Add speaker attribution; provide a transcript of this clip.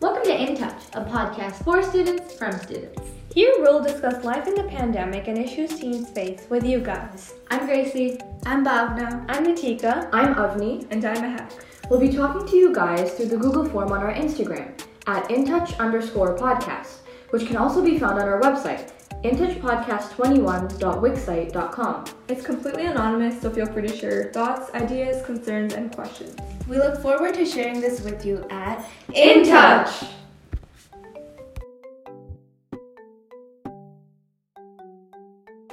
Speaker 1: Welcome to In Touch, a podcast for students from students.
Speaker 2: Here we'll discuss life in the pandemic and issues teens face with you guys.
Speaker 1: I'm Gracie.
Speaker 3: I'm Bhavna.
Speaker 2: I'm Natika.
Speaker 4: I'm Avni.
Speaker 3: And I'm Ahak.
Speaker 4: We'll be talking to you guys through the Google form on our Instagram at intouch underscore podcast, which can also be found on our website, intouchpodcast21.wixsite.com.
Speaker 3: It's completely anonymous, so feel free to share your thoughts, ideas, concerns, and questions.
Speaker 5: We look forward to sharing this with you at
Speaker 1: In Touch!